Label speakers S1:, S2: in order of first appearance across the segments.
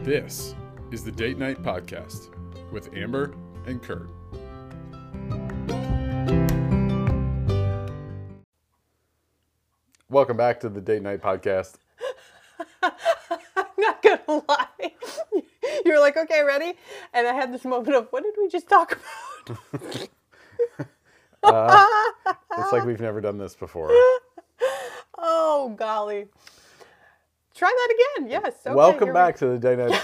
S1: This is the Date Night Podcast with Amber and Kurt. Welcome back to the Date Night Podcast.
S2: I'm not gonna lie. You were like, okay, ready? And I had this moment of, what did we just talk about?
S1: It's like we've never done this before.
S2: Oh, golly. Try that again. Yes. Okay, here
S1: Welcome
S2: we-
S1: back to the Day Night.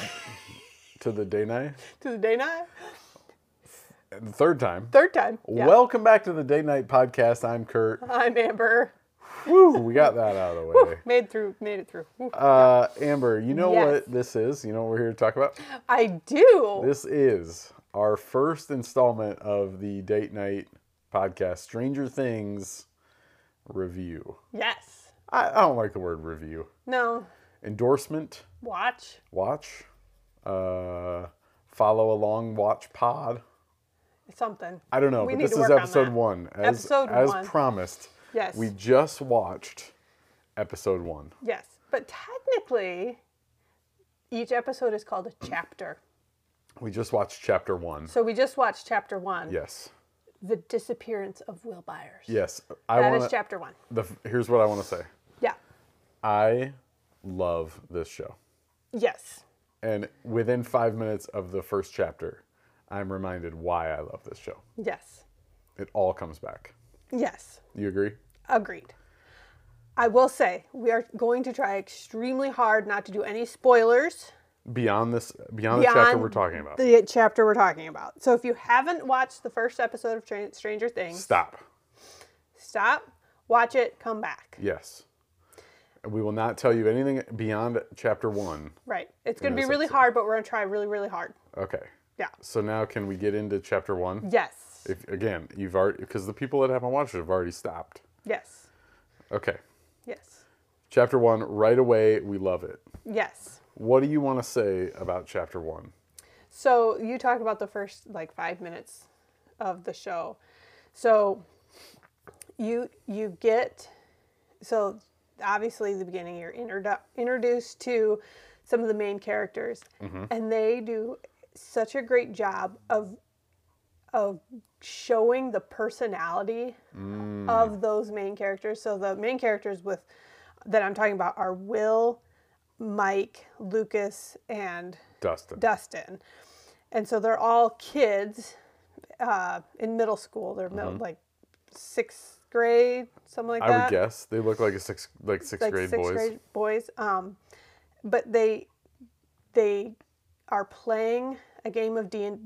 S1: to the Day Night.
S2: to the day night.
S1: The third time.
S2: Third time. Yeah.
S1: Welcome back to the Day Night Podcast. I'm Kurt.
S2: I'm Amber.
S1: Whew, we got that out of the way.
S2: Made through. Made it through. Woo.
S1: Uh, Amber, you know
S2: Yes.
S1: what this is? You know what we're here to talk about?
S2: I do.
S1: This is our first installment of the date night podcast, Stranger Things review.
S2: Yes.
S1: I, I don't like the word review.
S2: No.
S1: Endorsement,
S2: Watch.
S1: watch, uh, follow along, watch pod.
S2: Something.
S1: I don't know,
S2: We
S1: but
S2: need
S1: this
S2: to
S1: is
S2: work on
S1: episode
S2: that.
S1: one. As,
S2: Episode
S1: as
S2: one.
S1: promised,
S2: Yes.
S1: we just watched episode one.
S2: Yes. But technically, each episode is called a chapter.
S1: We just watched chapter one.
S2: So we just watched chapter one.
S1: Yes.
S2: The disappearance of Will Byers.
S1: Yes. I
S2: That is
S1: wanna,
S2: chapter one.
S1: the, here's what I want to say
S2: Yeah.
S1: I love this show.
S2: Yes.
S1: And within five minutes of the first chapter, I'm reminded why I love this show.
S2: Yes.
S1: It all comes back.
S2: Yes.
S1: You agree?
S2: Agreed. I will say we are going to try extremely hard not to do any spoilers
S1: Beyond this, beyond, the chapter
S2: beyond
S1: we're talking about.
S2: the chapter we're talking about. So if you haven't watched the first episode of Tran- Stranger Things,
S1: Stop.
S2: stop, watch it, come back.
S1: Yes. We will not tell you anything beyond chapter one.
S2: Right. It's going to
S1: this
S2: be really hard, but we're going to try really, really hard.
S1: Okay.
S2: Yeah.
S1: So now can we get into chapter one?
S2: Yes.
S1: If again, you've already because the people that haven't watched it have already stopped.
S2: Yes.
S1: Okay.
S2: Yes.
S1: Chapter one, right away, we love it.
S2: Yes.
S1: What do you want to say about chapter one?
S2: So you talked about the first like five minutes of the show. So you you get so obviously the beginning you're introdu- introduced to some of the main characters, and they do such a great job of of showing the personality of those main characters. So the main characters with that I'm talking about are Will, Mike, Lucas, and
S1: Dustin.
S2: Dustin. And so they're all kids uh, in middle school. They're middle, like sixth grade, something like
S1: Mm-hmm. I
S2: that.
S1: would guess they look like a six like sixth
S2: like
S1: grade
S2: sixth
S1: boys.
S2: grade boys. Um, but they they are playing a game of D and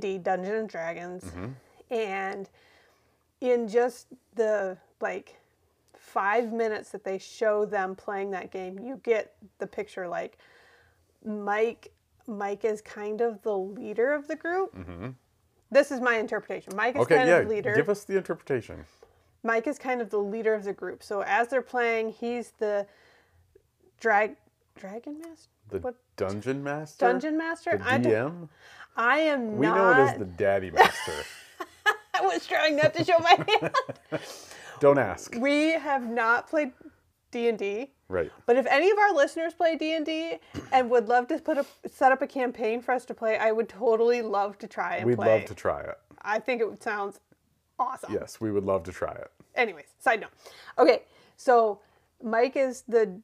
S2: D, Dungeons and Dragons,
S1: Mm-hmm.
S2: and in just the like five minutes that they show them playing that game, you get the picture like Mike. Mike is kind of the leader of the group. This is my interpretation. Mike is
S1: Mm-hmm. Okay,
S2: kind
S1: yeah.
S2: of leader.
S1: Give us the interpretation.
S2: Mike is kind of the leader of the group. So as they're playing, he's the drag dragon master,
S1: The
S2: What?
S1: dungeon master.
S2: dungeon master.
S1: The
S2: I don't-
S1: DM.
S2: I am
S1: We
S2: not.
S1: know it as the daddy master.
S2: I was trying not to show my hand.
S1: Don't ask.
S2: we have not played D and D.
S1: Right.
S2: But if any of our listeners play D and D and would love to put a set up a campaign for us to play, I would totally love to try and
S1: We'd
S2: play.
S1: love to try it.
S2: I think it sounds awesome.
S1: Yes, we would love to try it.
S2: anyways, side note. Okay, so Mike is the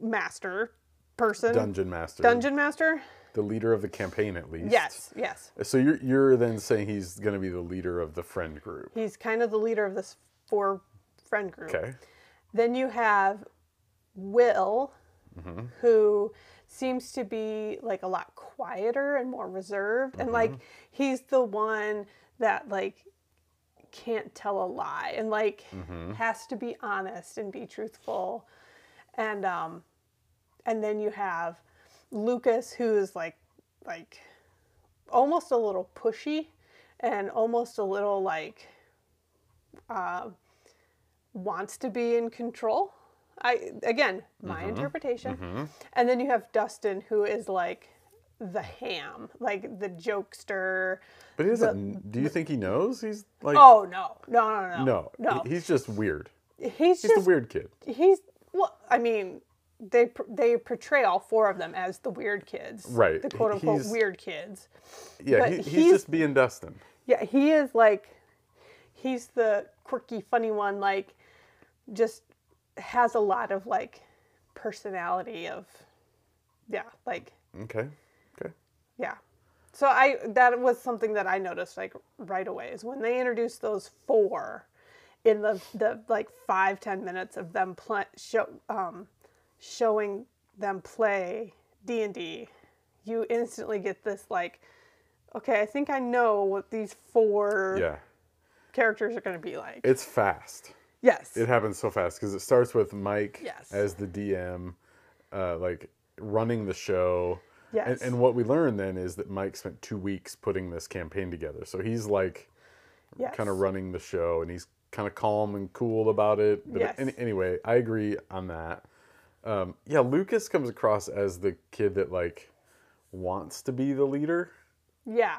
S2: master person,
S1: Dungeon master.
S2: dungeon master.
S1: The leader of the campaign, at least.
S2: Yes, yes.
S1: So you're you're then saying he's going to be the leader of the friend group.
S2: He's kind of the leader of this four friend group.
S1: Okay.
S2: Then you have Will, who seems to be like a lot quieter and more reserved, and like he's the one that like can't tell a lie and like has to be honest and be truthful, and um, and then you have Lucas, who is like like almost a little pushy and almost a little like wants to be in control. I again, my
S1: Mm-hmm.
S2: interpretation. And then you have Dustin who is like the ham, like the jokester.
S1: But he doesn't. do you think he knows? He's like.
S2: Oh no. No, no, no.
S1: no.
S2: No.
S1: He- He's just weird.
S2: he's
S1: He's
S2: just
S1: the weird kid.
S2: he's well, I mean, they pr- they portray all four of them as the weird kids,
S1: Right.
S2: The quote unquote
S1: He's-
S2: weird kids.
S1: Yeah,
S2: But
S1: he, he's,
S2: he's-
S1: just being Dustin.
S2: Yeah, he is like, he's the quirky, funny one. Like, just has a lot of like personality of, yeah, like
S1: Okay. Okay.
S2: yeah. So I that was something that I noticed like right away is when they introduced those four in the the like five ten minutes of them pl- show um, showing them play D and D, you instantly get this like, okay, I think I know what these four
S1: Yeah.
S2: characters are going to be like.
S1: It's fast.
S2: yes.
S1: It happens so fast because it starts with Mike
S2: Yes.
S1: as the DM, uh, like running the show.
S2: Yes.
S1: And, and what we learn then is that Mike spent two weeks putting this campaign together. So he's like
S2: yes.
S1: kind of running the show and he's kind of calm and cool about it. But
S2: Yes.
S1: any, anyway, I agree on that. Um, yeah, Lucas comes across as the kid that like wants to be the leader.
S2: Yeah.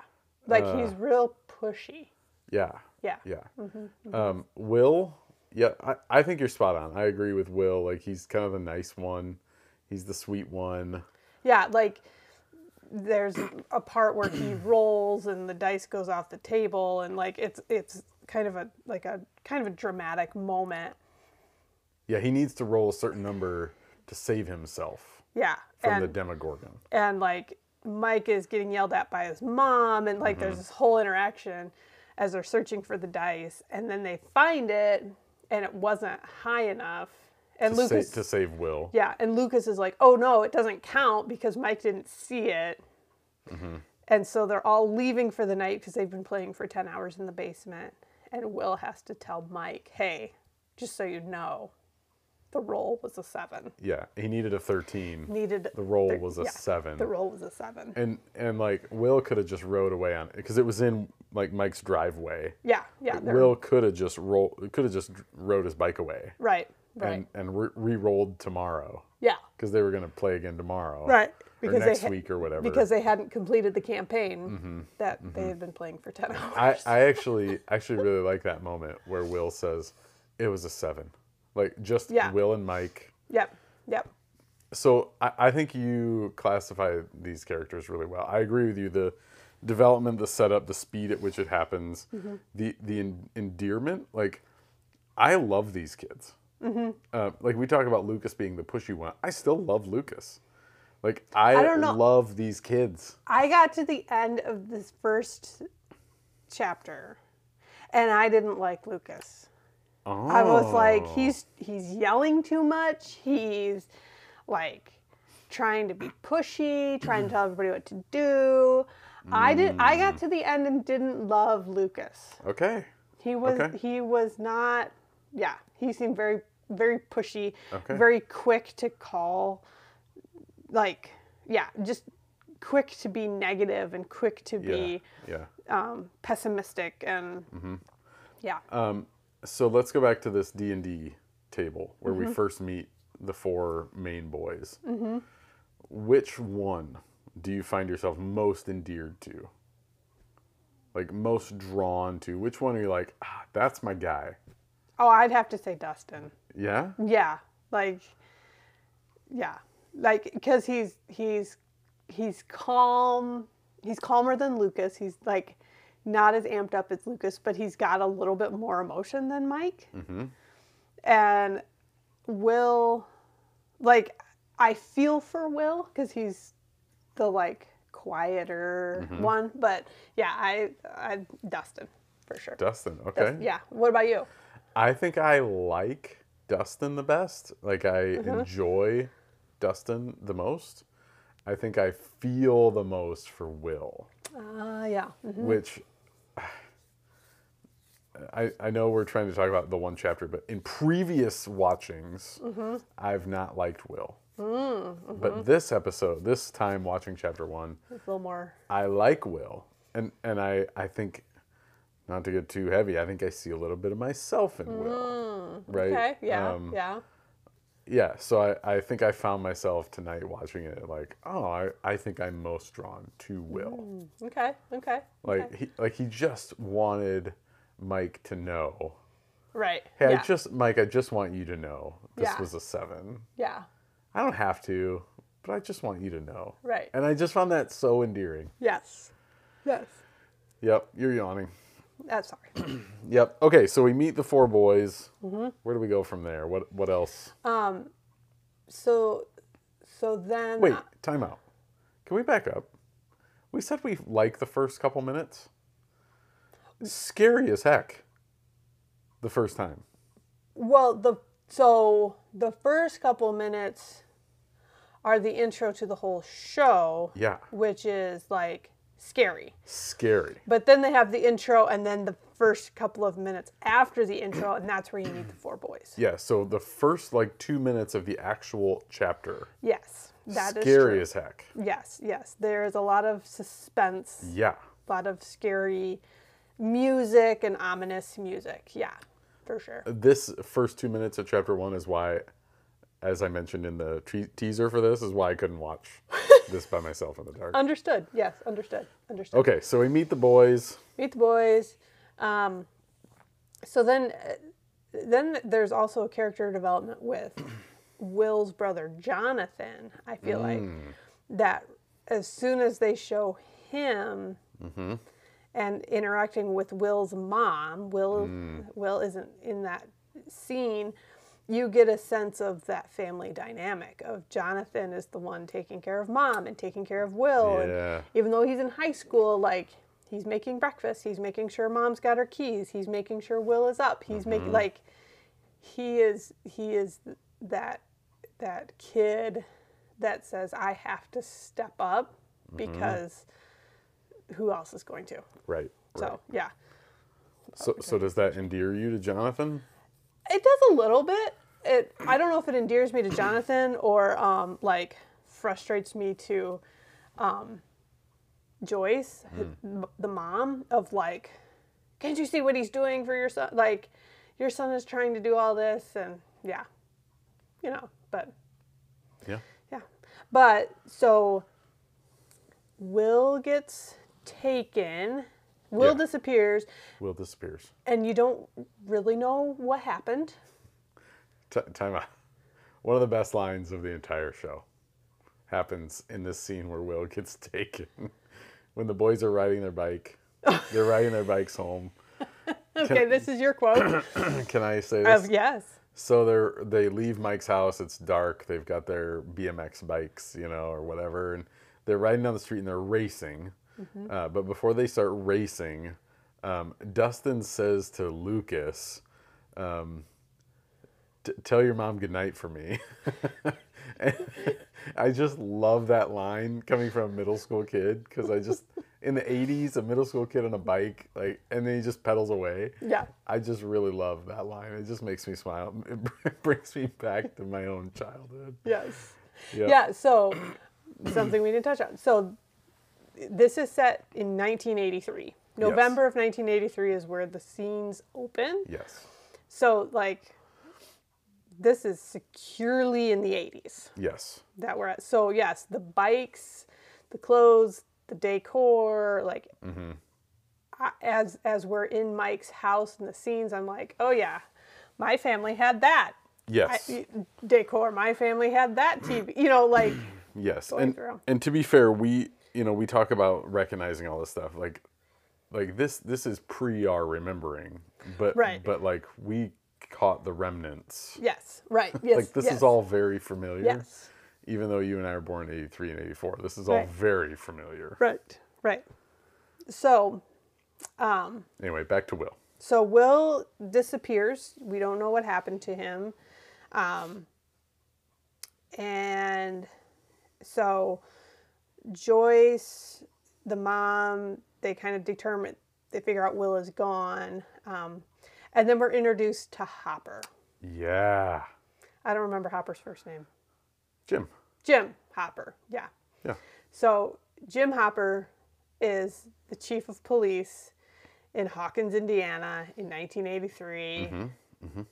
S2: Like he's real pushy.
S1: Yeah.
S2: Yeah.
S1: Uh. Yeah.
S2: Mm-hmm.
S1: Um, Will, yeah, I, I think you're spot on. I agree with Will. Like, he's kind of the nice one, he's the sweet one.
S2: Yeah, like there's a part where he rolls and the dice goes off the table and like it's it's kind of a like a kind of a dramatic moment.
S1: Yeah, he needs to roll a certain number to save himself
S2: Yeah.
S1: from
S2: and
S1: the Demogorgon.
S2: and like Mike is getting yelled at by his mom and like
S1: Mm-hmm.
S2: there's this whole interaction as they're searching for the dice and then they find it and it wasn't high enough and
S1: To, sa-
S2: Lucas
S1: to save Will.
S2: Yeah, and Lucas is like, "Oh no, it doesn't count because Mike didn't see it."
S1: Mm-hmm.
S2: And so they're all leaving for the night because they've been playing for ten hours in the basement. And Will has to tell Mike, "Hey, just so you know, the roll was a seven.
S1: Yeah, he needed a 13.
S2: Needed
S1: The roll was a
S2: yeah,
S1: seven.
S2: The roll was a seven.
S1: and, and like, Will could have just rode away on it because it was in, like, Mike's driveway.
S2: yeah, yeah. they're-
S1: Will could have just roll, could have just rode his bike away
S2: right, right.
S1: and, and re rolled tomorrow
S2: yeah,
S1: because they were going to play again tomorrow.
S2: right.
S1: or next
S2: they ha-
S1: week or whatever. Mm-hmm,
S2: because they hadn't completed the campaign that they had been playing for ten hours.
S1: I, I actually actually really like that moment where Will says it was a seven, like just
S2: Yeah.
S1: Will and Mike.
S2: yep, yep.
S1: So I, I think you classify these characters really well. I agree with you. The development, the setup, the speed at which it happens,
S2: Mm-hmm.
S1: the the en- endearment. Like I love these kids.
S2: Mm-hmm.
S1: Uh, like we talk about Lucas being the pushy one. I still love Lucas. Like I,
S2: don't know.
S1: love these kids.
S2: I got to the end of this first chapter and I didn't like Lucas.
S1: Oh.
S2: I was like he's he's yelling too much. He's like trying to be pushy, trying to tell everybody what to do. I did I got to the end and didn't love Lucas.
S1: okay.
S2: He was
S1: Okay.
S2: he was not yeah, he seemed very very pushy,
S1: Okay.
S2: very quick to call like yeah, just quick to be negative and quick to
S1: Yeah.
S2: be
S1: Yeah. Mm-hmm.
S2: um, pessimistic and yeah.
S1: so let's go back to this D and D table where we first meet the four main boys. Mm-hmm. Which one do you find yourself most endeared to? Like most drawn to? Which one are you like, ah, that's my guy?
S2: oh, I'd have to say Dustin.
S1: Yeah,
S2: Yeah. Like yeah. Like cuz he's he's he's calm. He's calmer than Lucas. He's like not as amped up as Lucas, but he's got a little bit more emotion than Mike. And Will like I feel for Will cuz he's the like quieter one, but yeah, I I Dustin for sure.
S1: Dustin. Okay.
S2: Dustin, Yeah. What about you?
S1: I think I like Dustin the best. Like I enjoy Dustin the most. I think I feel the most for Will.
S2: Uh, yeah.
S1: which I, I know we're trying to talk about the one chapter, but in previous watchings, I've not liked Will. But this episode, this time watching chapter one,
S2: It's a little more
S1: I like Will. And, and I, I think, not to get too heavy, I think I see a little bit of myself in Will. Right?
S2: Okay. Yeah.
S1: Um,
S2: yeah.
S1: yeah. So I, I think I found myself tonight watching it like, oh, I, I think I'm most drawn to Will.
S2: Okay. Okay.
S1: Like he like he just wanted Mike to know.
S2: Right.
S1: Hey,
S2: yeah.
S1: I just Mike, I just want you to know this
S2: Yeah.
S1: was a seven.
S2: yeah.
S1: I I don't have to, but I just want you to know.
S2: Right.
S1: And I just found that so endearing.
S2: Yes. Yes.
S1: Yep, you're yawning.
S2: That's sorry.
S1: Yep. Okay, so we meet the four boys.
S2: Mm-hmm.
S1: Where do we go from there? What What else?
S2: Uh, Um, So, so then.
S1: Wait, time out. Can we back up? We said we like the first couple minutes. Scary as heck. The first time.
S2: Well, the so the first couple minutes are the intro to the whole show.
S1: Yeah.
S2: Which is like scary.
S1: Scary.
S2: But then they have the intro and then the first couple of minutes after the intro and that's where you meet the four boys.
S1: Yeah, so the first like two minutes of the actual chapter.
S2: Yes. that is
S1: scary as heck.
S2: true. Yes, yes. There is a lot of suspense,
S1: Yeah.
S2: a lot of scary music and ominous music. Yeah. For sure.
S1: This first two minutes of chapter one is why, as I mentioned in the te- teaser for this, is why I couldn't watch this by myself in the dark.
S2: Understood. Yes, understood. Understood.
S1: Okay, so we meet the boys.
S2: Meet the boys. Um, so then, uh, then there's also character development with Will's brother Jonathan. I feel like that as soon as they show him and interacting with Will's mom, Will Will isn't in that scene. You get a sense of that family dynamic of Jonathan is the one taking care of mom and taking care of Will, and
S1: Yeah.
S2: even though he's in high school, like he's making breakfast, he's making sure mom's got her keys, he's making sure Will is up, he's making like he is he is that that kid that says I have to step up because who else is going to?
S1: Right. right.
S2: So yeah,
S1: So, so does that endear you to Jonathan?
S2: it does a little bit. It I don't know if it endears me to Jonathan or um, like frustrates me to um, Joyce, m the mom of like, can't you see what he's doing for your son? Like, your son is trying to do all this, and yeah, you know, but
S1: Yeah.
S2: Yeah. But so Will gets taken, Will
S1: Yeah.
S2: disappears,
S1: Will disappears.
S2: and you don't really know what happened.
S1: T- time out. One of the best lines of the entire show happens in this scene where Will gets taken. when the boys are riding their bike, they're riding their bikes home.
S2: Okay, this is your quote.
S1: Can I say this?
S2: of yes.
S1: So they're they leave Mike's house. It's dark. They've got their BMX bikes, you know, or whatever, and they're riding down the street and they're racing. Uh, but before they start racing, um, Dustin says to Lucas, um, "T- "Tell your mom goodnight for me." And I just love that line coming from a middle school kid because I just in the '80s, a middle school kid on a bike, like, and then he just pedals away.
S2: Yeah.
S1: I just really love that line. It just makes me smile. It brings me back to my own childhood.
S2: Yes.
S1: Yeah.
S2: Yeah, so something we didn't touch on. So this is set in 1983. November of 1983 is where the scenes open.
S1: Yes.
S2: So like this is securely in the 80s.
S1: Yes.
S2: that we're at. So yes, the bikes, the clothes, the decor, like
S1: Mm-hmm.
S2: I, as as we're in Mike's house and the scenes, I'm like, oh yeah, my family had that
S1: Yes.
S2: I- decor. My family had that TV. You know, like
S1: yes. And
S2: through.
S1: and to be fair, we you know we talk about recognizing all this stuff like like this this is pre our remembering, but
S2: Right.
S1: but like we caught the remnants.
S2: yes, right, yes.
S1: Like this
S2: yes,
S1: is all very familiar.
S2: Yes.
S1: Even though you and I were born in '83 and '84, this is all
S2: Right.
S1: very familiar.
S2: right, right. So
S1: Anyway, back to Will.
S2: So Will disappears. We don't know what happened to him. Um, and so Joyce, the mom, they kind of determine, they figure out Will is gone. Um, and then we're introduced to Hopper.
S1: Yeah,
S2: I don't remember Hopper's first name.
S1: Jim.
S2: Jim Hopper, yeah.
S1: Yeah.
S2: So Jim Hopper is the chief of police in Hawkins, Indiana, in 1983.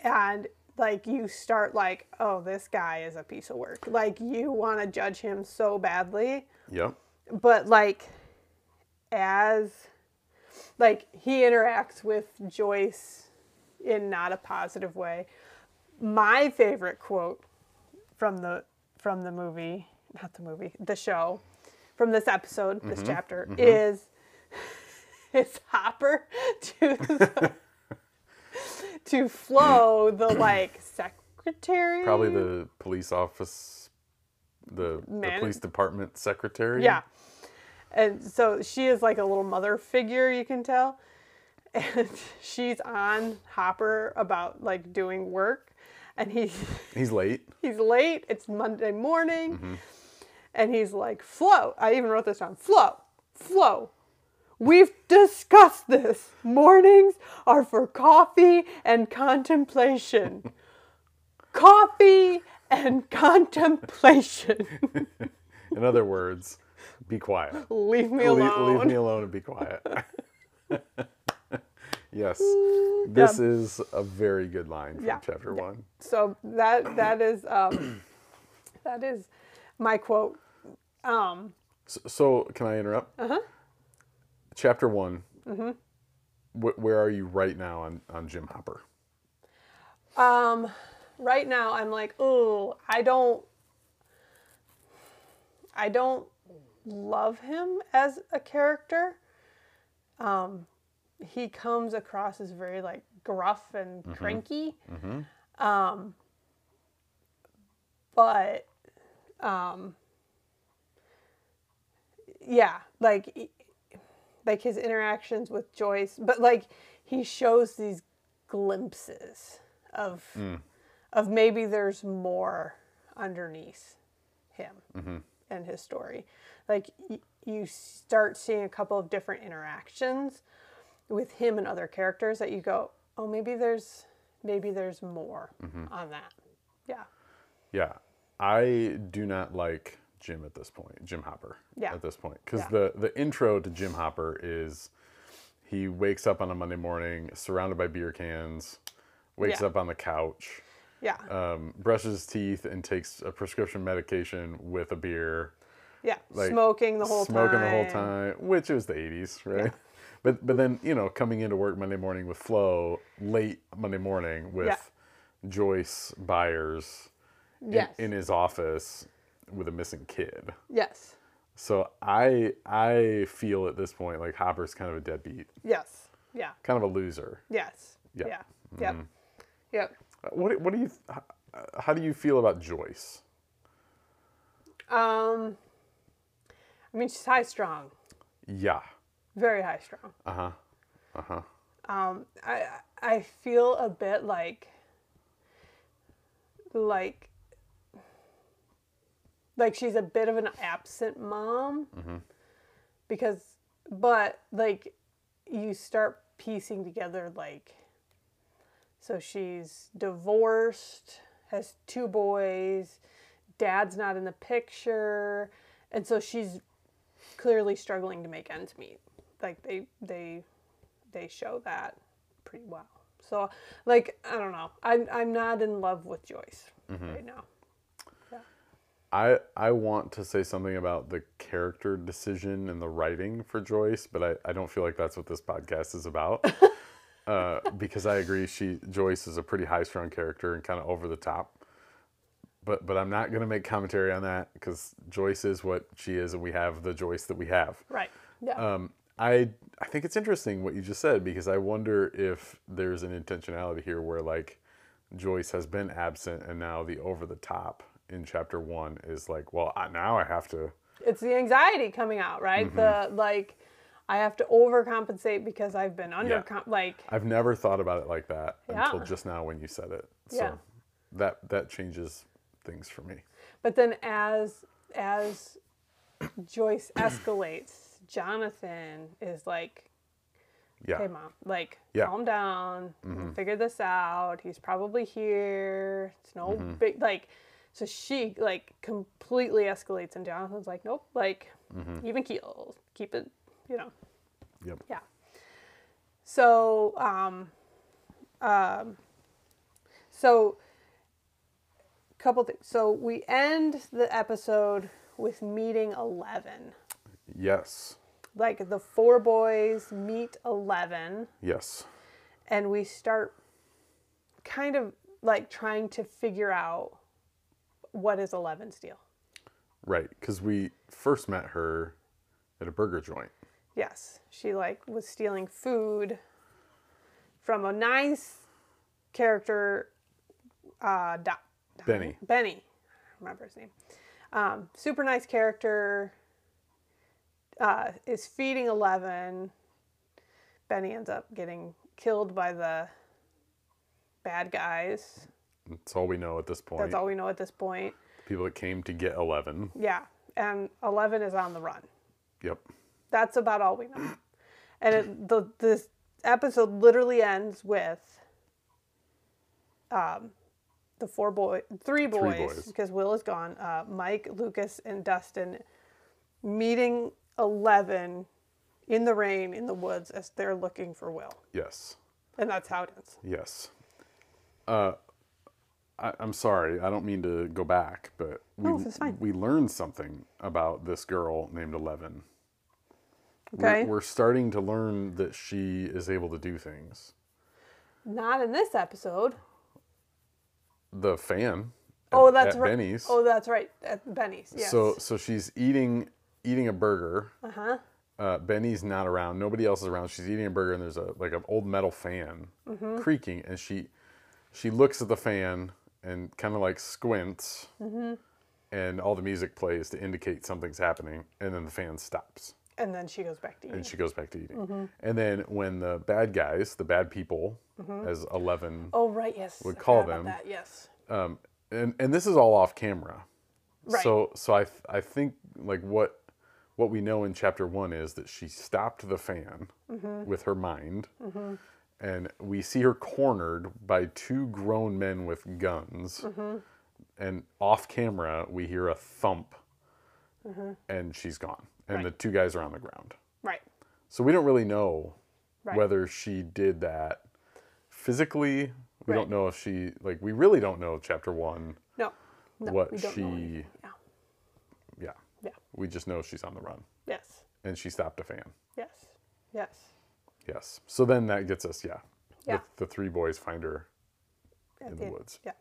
S2: And like you start like, oh, this guy is a piece of work. Like you want to judge him so badly,
S1: Yep.
S2: but like as like he interacts with Joyce in not a positive way. My favorite quote from the from the movie, not the movie, the show, from this episode, this
S1: Mm-hmm,
S2: chapter is is Hopper to the, to Flo, the like secretary,
S1: Probably the police office, the, the
S2: Mm. Man-
S1: police department secretary.
S2: Yeah. And so she is like a little mother figure, you can tell. And she's on Hopper about like doing work. And he,
S1: He's late.
S2: he's late. It's Monday morning. And he's like, Flo. I even wrote this down. Flo, Flo. We've discussed this. Mornings are for coffee and contemplation. coffee and contemplation.
S1: In other words, be quiet.
S2: Leave me
S1: Le-
S2: alone.
S1: leave me alone and be quiet. yes. This is a very good line from
S2: Mm, Yeah.
S1: chapter one.
S2: so that that is um, that is my quote. Um,
S1: So, so can I interrupt?
S2: Uh-huh.
S1: Uh huh. Chapter one.
S2: Mm-hmm.
S1: Wh- where are you right now on, on Jim Hopper?
S2: um, right now, I'm like, oh, I don't, I don't love him as a character. Um, he comes across as very like gruff and cranky. Um, but um, yeah, like e- like his interactions with Joyce, but like he shows these glimpses of
S1: Mm.
S2: of maybe there's more underneath him
S1: Mm-hmm.
S2: and his story. Like y- you start seeing a couple of different interactions with him and other characters that you go, oh, maybe there's maybe there's more
S1: Mm-hmm.
S2: on that. Yeah,
S1: Yeah, I do not like Jim at this point. Jim Hopper.
S2: Yeah.
S1: At this point, because
S2: Yeah.
S1: the the intro to Jim Hopper is he wakes up on a Monday morning surrounded by beer cans, wakes
S2: Yeah.
S1: up on the couch,
S2: yeah,
S1: um, brushes his teeth, and takes a prescription medication with a beer,
S2: yeah.
S1: like,
S2: smoking the whole
S1: smoking
S2: time.
S1: the whole time, which was the '80s, right? But but then you know coming into work Monday morning with Flo, late Monday morning with Joyce Byers
S2: Yes.
S1: in his office with a missing kid.
S2: yes.
S1: So I I feel at this point like Hopper's kind of a deadbeat,
S2: Yes. Yeah.
S1: kind of a loser.
S2: Yes.
S1: Yeah.
S2: Yeah. Yep. Yep.
S1: What do- what do you h- how do you feel about Joyce?
S2: Um, I mean, she's high strung,
S1: Yeah.
S2: very high strung.
S1: Uh huh. Uh huh.
S2: Um, I I feel a bit like like like she's a bit of an absent mom because, but like you start piecing together like so she's divorced, has two boys, dad's not in the picture, and so she's clearly struggling to make ends meet. Like they they they show that pretty well. So like I don't know. I'm I'm not in love with Joyce right now.
S1: I I want to say something about the character decision and the writing for Joyce, but I, I don't feel like that's what this podcast is about. uh, because I agree, she Joyce is a pretty high strung character and kind of over the top. But but I'm not gonna make commentary on that because Joyce is what she is, and we have the Joyce that we have.
S2: Right. Yeah.
S1: Um, I I think it's interesting what you just said because I wonder if there's an intentionality here where like Joyce has been absent and now the over the top in chapter one is like, well, I, now I have to.
S2: it's the anxiety coming out, right? The like I have to overcompensate because I've been under like
S1: I've never thought about it like that until
S2: Yeah.
S1: just now when you said it. So
S2: Yeah.
S1: that that changes things for me.
S2: but then as as Joyce escalates, Jonathan is like
S1: Yeah.
S2: hey mom like
S1: Yeah. Mm-hmm.
S2: calm down We'll figure this out he's probably here it's no
S1: Mm-hmm.
S2: big like so she like completely escalates and jonathan's like nope like
S1: Mm-hmm.
S2: even keel keep it you know
S1: Yep.
S2: yeah so um um so couple things so we end the episode with meeting 11
S1: Yes.
S2: like the four boys meet 11
S1: Yes.
S2: and we start kind of like trying to figure out what is Eleven's deal?
S1: Right, because we first met her at a burger joint.
S2: Yes, she like was stealing food from a nice character, uh, Doc,
S1: Benny.
S2: Benny, I remember his name. Um, super nice character. Uh, is feeding Eleven. Benny ends up getting killed by the bad guys.
S1: That's all we know at this point.
S2: That's all we know at this point.
S1: People that came to get Eleven.
S2: Yeah, and Eleven is on the run.
S1: Yep.
S2: That's about all we know. And it, the this episode literally ends with um, the four boy, three boys,
S1: boys.
S2: because Will is gone. Uh, Mike, Lucas, and Dustin meeting Eleven in the rain in the woods as they're looking for Will,
S1: Yes.
S2: and that's how it ends.
S1: Yes. Uh, I, I'm sorry. I don't mean to go back, but we
S2: No, it's fine.
S1: we learned something about this girl named Eleven. We're-
S2: Okay,
S1: We're, starting to learn that she is able to do things.
S2: not in this episode.
S1: The fan. at-
S2: Oh, that's
S1: at
S2: right.
S1: Benny's.
S2: Oh, that's right. At Benny's. Yes.
S1: So so she's eating eating a burger.
S2: uh-huh.
S1: Uh, Benny's not around. Nobody else is around. She's eating a burger, and there's a like an old metal fan
S2: Mm-hmm.
S1: creaking, and she she looks at the fan and kind of like squints,
S2: Mm-hmm.
S1: and all the music plays to indicate something's happening, and then the fan stops,
S2: And then she goes back to eating.
S1: and she goes back to eating.
S2: Mm-hmm.
S1: And then when the bad guys, the bad people,
S2: Mm-hmm.
S1: as Eleven,
S2: Oh right, yes.
S1: would
S2: I
S1: call
S2: forgot
S1: them.
S2: about That. Yes.
S1: um, and and this is all off camera.
S2: Right.
S1: So so I th- I think like what what we know in chapter one is that she stopped the fan with her mind, and we see her cornered by two grown men with guns, and off camera we hear a thump, and she's gone, and the two guys are on the ground.
S2: Right.
S1: So we don't really know
S2: Right.
S1: whether she did that physically. We
S2: Right.
S1: don't know if she like we really don't know chapter one
S2: No. No,
S1: what
S2: we don't
S1: she
S2: know anything. Yeah.
S1: yeah.
S2: Yeah.
S1: We just know she's on the run
S2: Yes.
S1: and she stopped a fan.
S2: Yes. Yes.
S1: Yes. So then that gets us yeah.
S2: Yeah.
S1: The, the three boys find her
S2: At
S1: in
S2: the
S1: the
S2: end.
S1: woods.
S2: Yeah.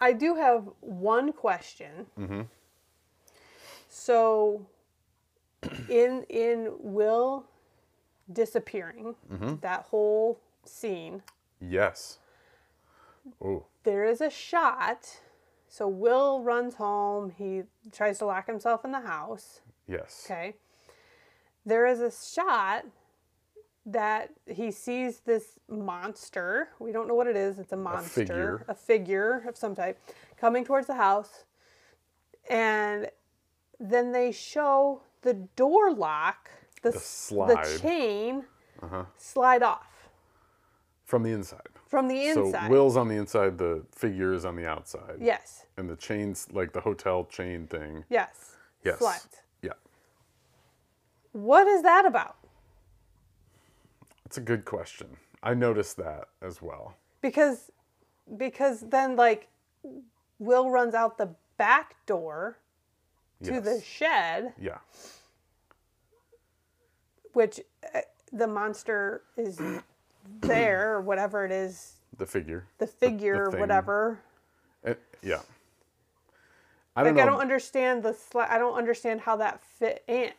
S2: I do have one question. Mm-hmm. So, in in Will disappearing,
S1: Mm-hmm.
S2: that whole scene,
S1: Yes. Oh,
S2: there is a shot. So Will runs home. He tries to lock himself in the house.
S1: yes.
S2: Okay. There is a shot that he sees this monster. We don't know what it is. It's a monster,
S1: figure.
S2: a figure of some type, coming towards the house. And then they show the door lock, the,
S1: The
S2: s-
S1: slide. Uh-huh.
S2: the chain slide off
S1: From the inside.
S2: from the inside.
S1: So Will's on the inside, the figure is on the outside.
S2: yes,
S1: And the chains like the hotel chain thing.
S2: yes,
S1: Yes.
S2: slides.
S1: Yeah.
S2: What is that about?
S1: That's a good question. I noticed that as well.
S2: because because then like will runs out the back door to the
S1: Yes.
S2: shed
S1: Yeah.
S2: which uh, the monster is there or whatever it is
S1: The figure.
S2: the figure
S1: thing.
S2: whatever
S1: Uh, yeah. I
S2: like
S1: don't know.
S2: i don't understand the sli- i don't understand how that fit in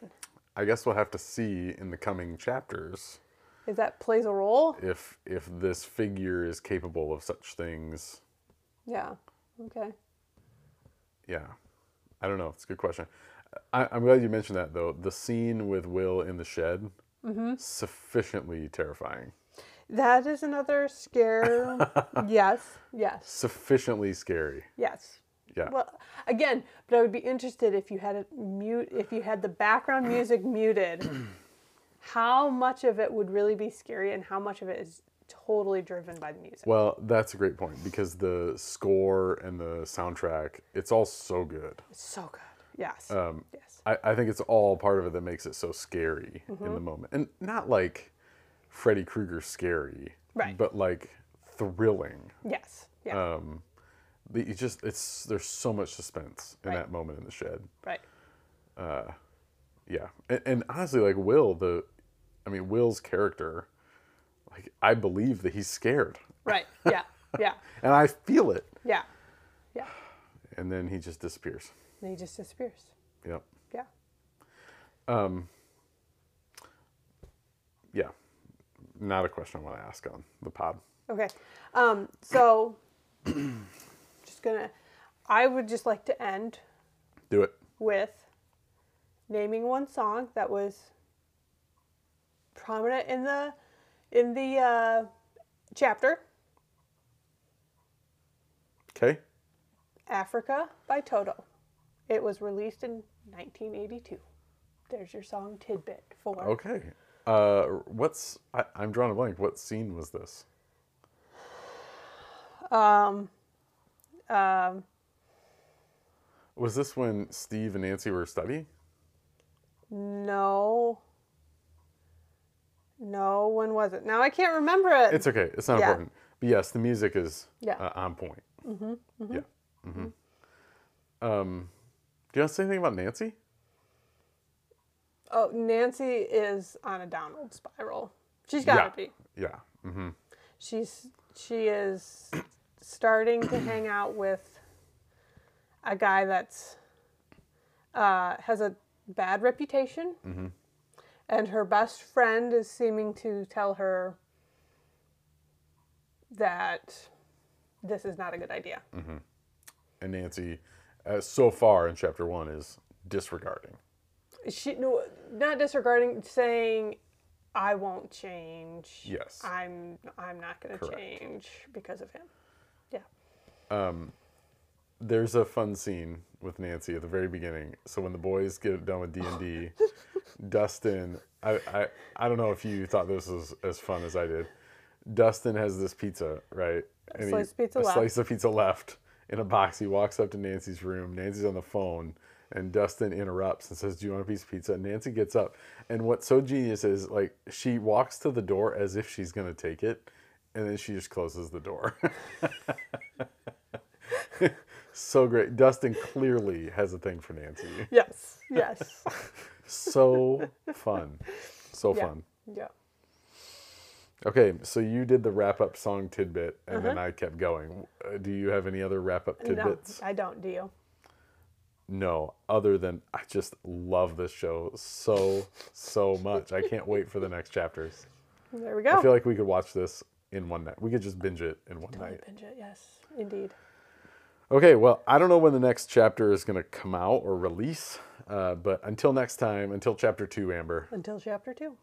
S1: I guess we'll have to see in the coming chapters
S2: if that plays a role
S1: if if this figure is capable of such things.
S2: yeah okay
S1: Yeah, I don't know. It's a good question. I, I'm glad you mentioned that though. The scene with Will in the shed
S2: Mm-hmm.
S1: sufficiently terrifying,
S2: that is another scare yes yes
S1: sufficiently scary.
S2: Yes.
S1: Yeah.
S2: Well, again, but I would be interested if you had it mute, if you had the background music muted, how much of it would really be scary and how much of it is totally driven by the music.
S1: Well, that's a great point because the score and the soundtrack, it's all so good.
S2: It's so good. Yes. yes.
S1: I, I think it's all part of it that makes it so scary in the
S2: Mm-hmm.
S1: moment. And not like Freddy Krueger scary,
S2: Right.
S1: but like thrilling.
S2: Yes. Yeah.
S1: That You just it's there's so much suspense in
S2: Right.
S1: that moment in the shed.
S2: right.
S1: Yeah. And, and honestly like Will the I mean Will's character like I believe that he's scared
S2: Right. Yeah. Yeah.
S1: and I feel it.
S2: Yeah. Yeah.
S1: and then he just disappears.
S2: And he just disappears.
S1: Yep. Um,
S2: Yeah.
S1: Yeah. Not a question I want to ask on the pod.
S2: Okay. Um, so, just gonna, I would just like to end
S1: Do it.
S2: with naming one song that was prominent in the in the uh, chapter
S1: Okay.
S2: Africa by Toto. It was released in 1982. There's your song tidbit for
S1: Okay. Uh, what's I, I'm drawing a blank. What scene was this? Oh.
S2: um,
S1: Was this when Steve and Nancy were studying?
S2: no. No, when was it? Now I can't remember it.
S1: It's okay. It's not
S2: Yeah.
S1: important. But yes, the music is
S2: Yeah.
S1: uh, on point. Mm-hmm, Yeah. Mm-hmm. Um, do you want to say anything about Nancy?
S2: oh, Nancy is on a downward spiral. She's gotta
S1: yeah.
S2: be.
S1: Yeah. Mm-hmm.
S2: she's she is starting to hang out with a guy that's uh, has a bad reputation,
S1: Mm-hmm.
S2: and her best friend is seeming to tell her that this is not a good idea.
S1: Mm-hmm. And Nancy, uh, so far in chapter one, is disregarding.
S2: She no, not disregarding saying. I won't change.
S1: Yes.
S2: I'm I'm not going to
S1: Correct.
S2: change because of him. Yeah.
S1: There's a fun scene with Nancy at the very beginning. So when the boys get done with D and D, Dustin, I, I I don't know if you thought this was as fun as I did. Dustin has this pizza, right? And he-
S2: slice of pizza
S1: a
S2: left.
S1: slice of pizza left in a box. He walks up to Nancy's room. Nancy's on the phone, and Dustin interrupts and says, "Do you want a piece of pizza?" And Nancy gets up, and what's so genius is like she walks to the door as if she's gonna take it, and then she just closes the door. so great. Dustin clearly has a thing for Nancy.
S2: Yes. Yes.
S1: So fun, so
S2: Yeah.
S1: fun.
S2: yeah.
S1: Okay, so you did the wrap up song tidbit, and then I kept going. Uh, Do you have any other wrap up tidbits?
S2: Uh-huh. No, I don't. Do you?
S1: No, other than I just love this show so, so much. I can't wait for the next chapters.
S2: There we
S1: I feel
S2: go.
S1: like we could watch this in one night. We could just binge it in one night.
S2: Binge it, Yes, indeed.
S1: Okay, well, I don't know when the next chapter is going to come out or release, uh, but until next time, until chapter two, Amber,
S2: Until chapter two.